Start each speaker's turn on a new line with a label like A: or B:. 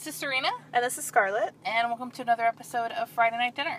A: Sisterina,
B: And this is Scarlett.
A: and welcome to another episode of Friday Night Dinner.